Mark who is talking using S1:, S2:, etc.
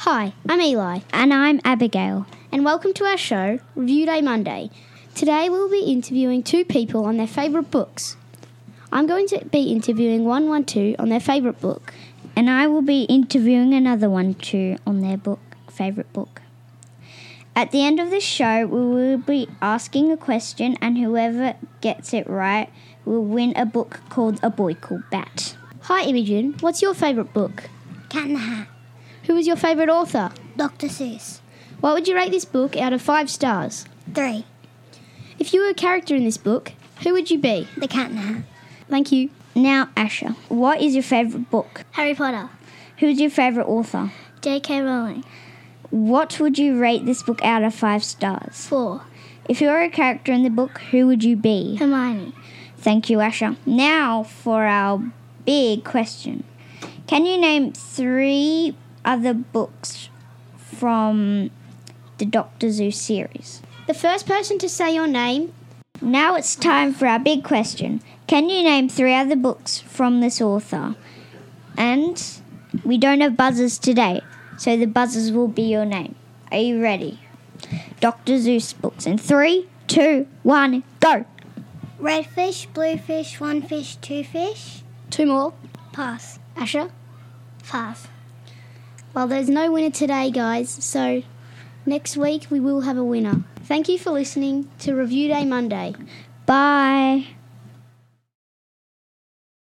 S1: Hi, I'm Eli.
S2: And I'm Abigail.
S1: and welcome to our show, Review Day Monday. Today we'll be interviewing two people on their favourite books. I'm going to be interviewing 112 on their favourite book.
S2: And I will be interviewing another one too on their book, favourite book. At the end of the show, we will be asking a question, and whoever gets it right will win a book called A Boy Called Bat.
S1: Hi Imogen, what's your favourite book?
S3: Cat in the Hat,
S1: Who is your favourite author?
S3: Dr. Seuss.
S1: What would you rate this book out of five stars?
S3: Three,
S1: If you were a character in this book, who would you be?
S3: The Cat in the Hat,
S1: Thank you.
S2: Now, Asher, what is your favourite book?
S3: Harry Potter,
S2: Who's your favourite author?
S3: J.K. Rowling,
S2: What would you rate this book out of five stars?
S3: four,
S2: If you were a character in the book, who would you be?
S3: Hermione,
S2: Thank you, Asher. Now for our big question. Can you name three other books from the Doctor Zoo series?
S1: The first person to say your name,
S2: Now it's time for our big question. Can you name three other books from this author? And we don't have buzzers today, so the buzzers will be your name. Are you ready? Dr. Zeus books in three, two, one, go!
S3: Red fish, blue fish, one fish, two fish,
S1: two more,
S3: pass,
S1: Asher.
S3: pass.
S1: Well, there's no winner today, guys, so next week we will have a winner. Thank you for listening to Review Day Monday.
S2: Bye!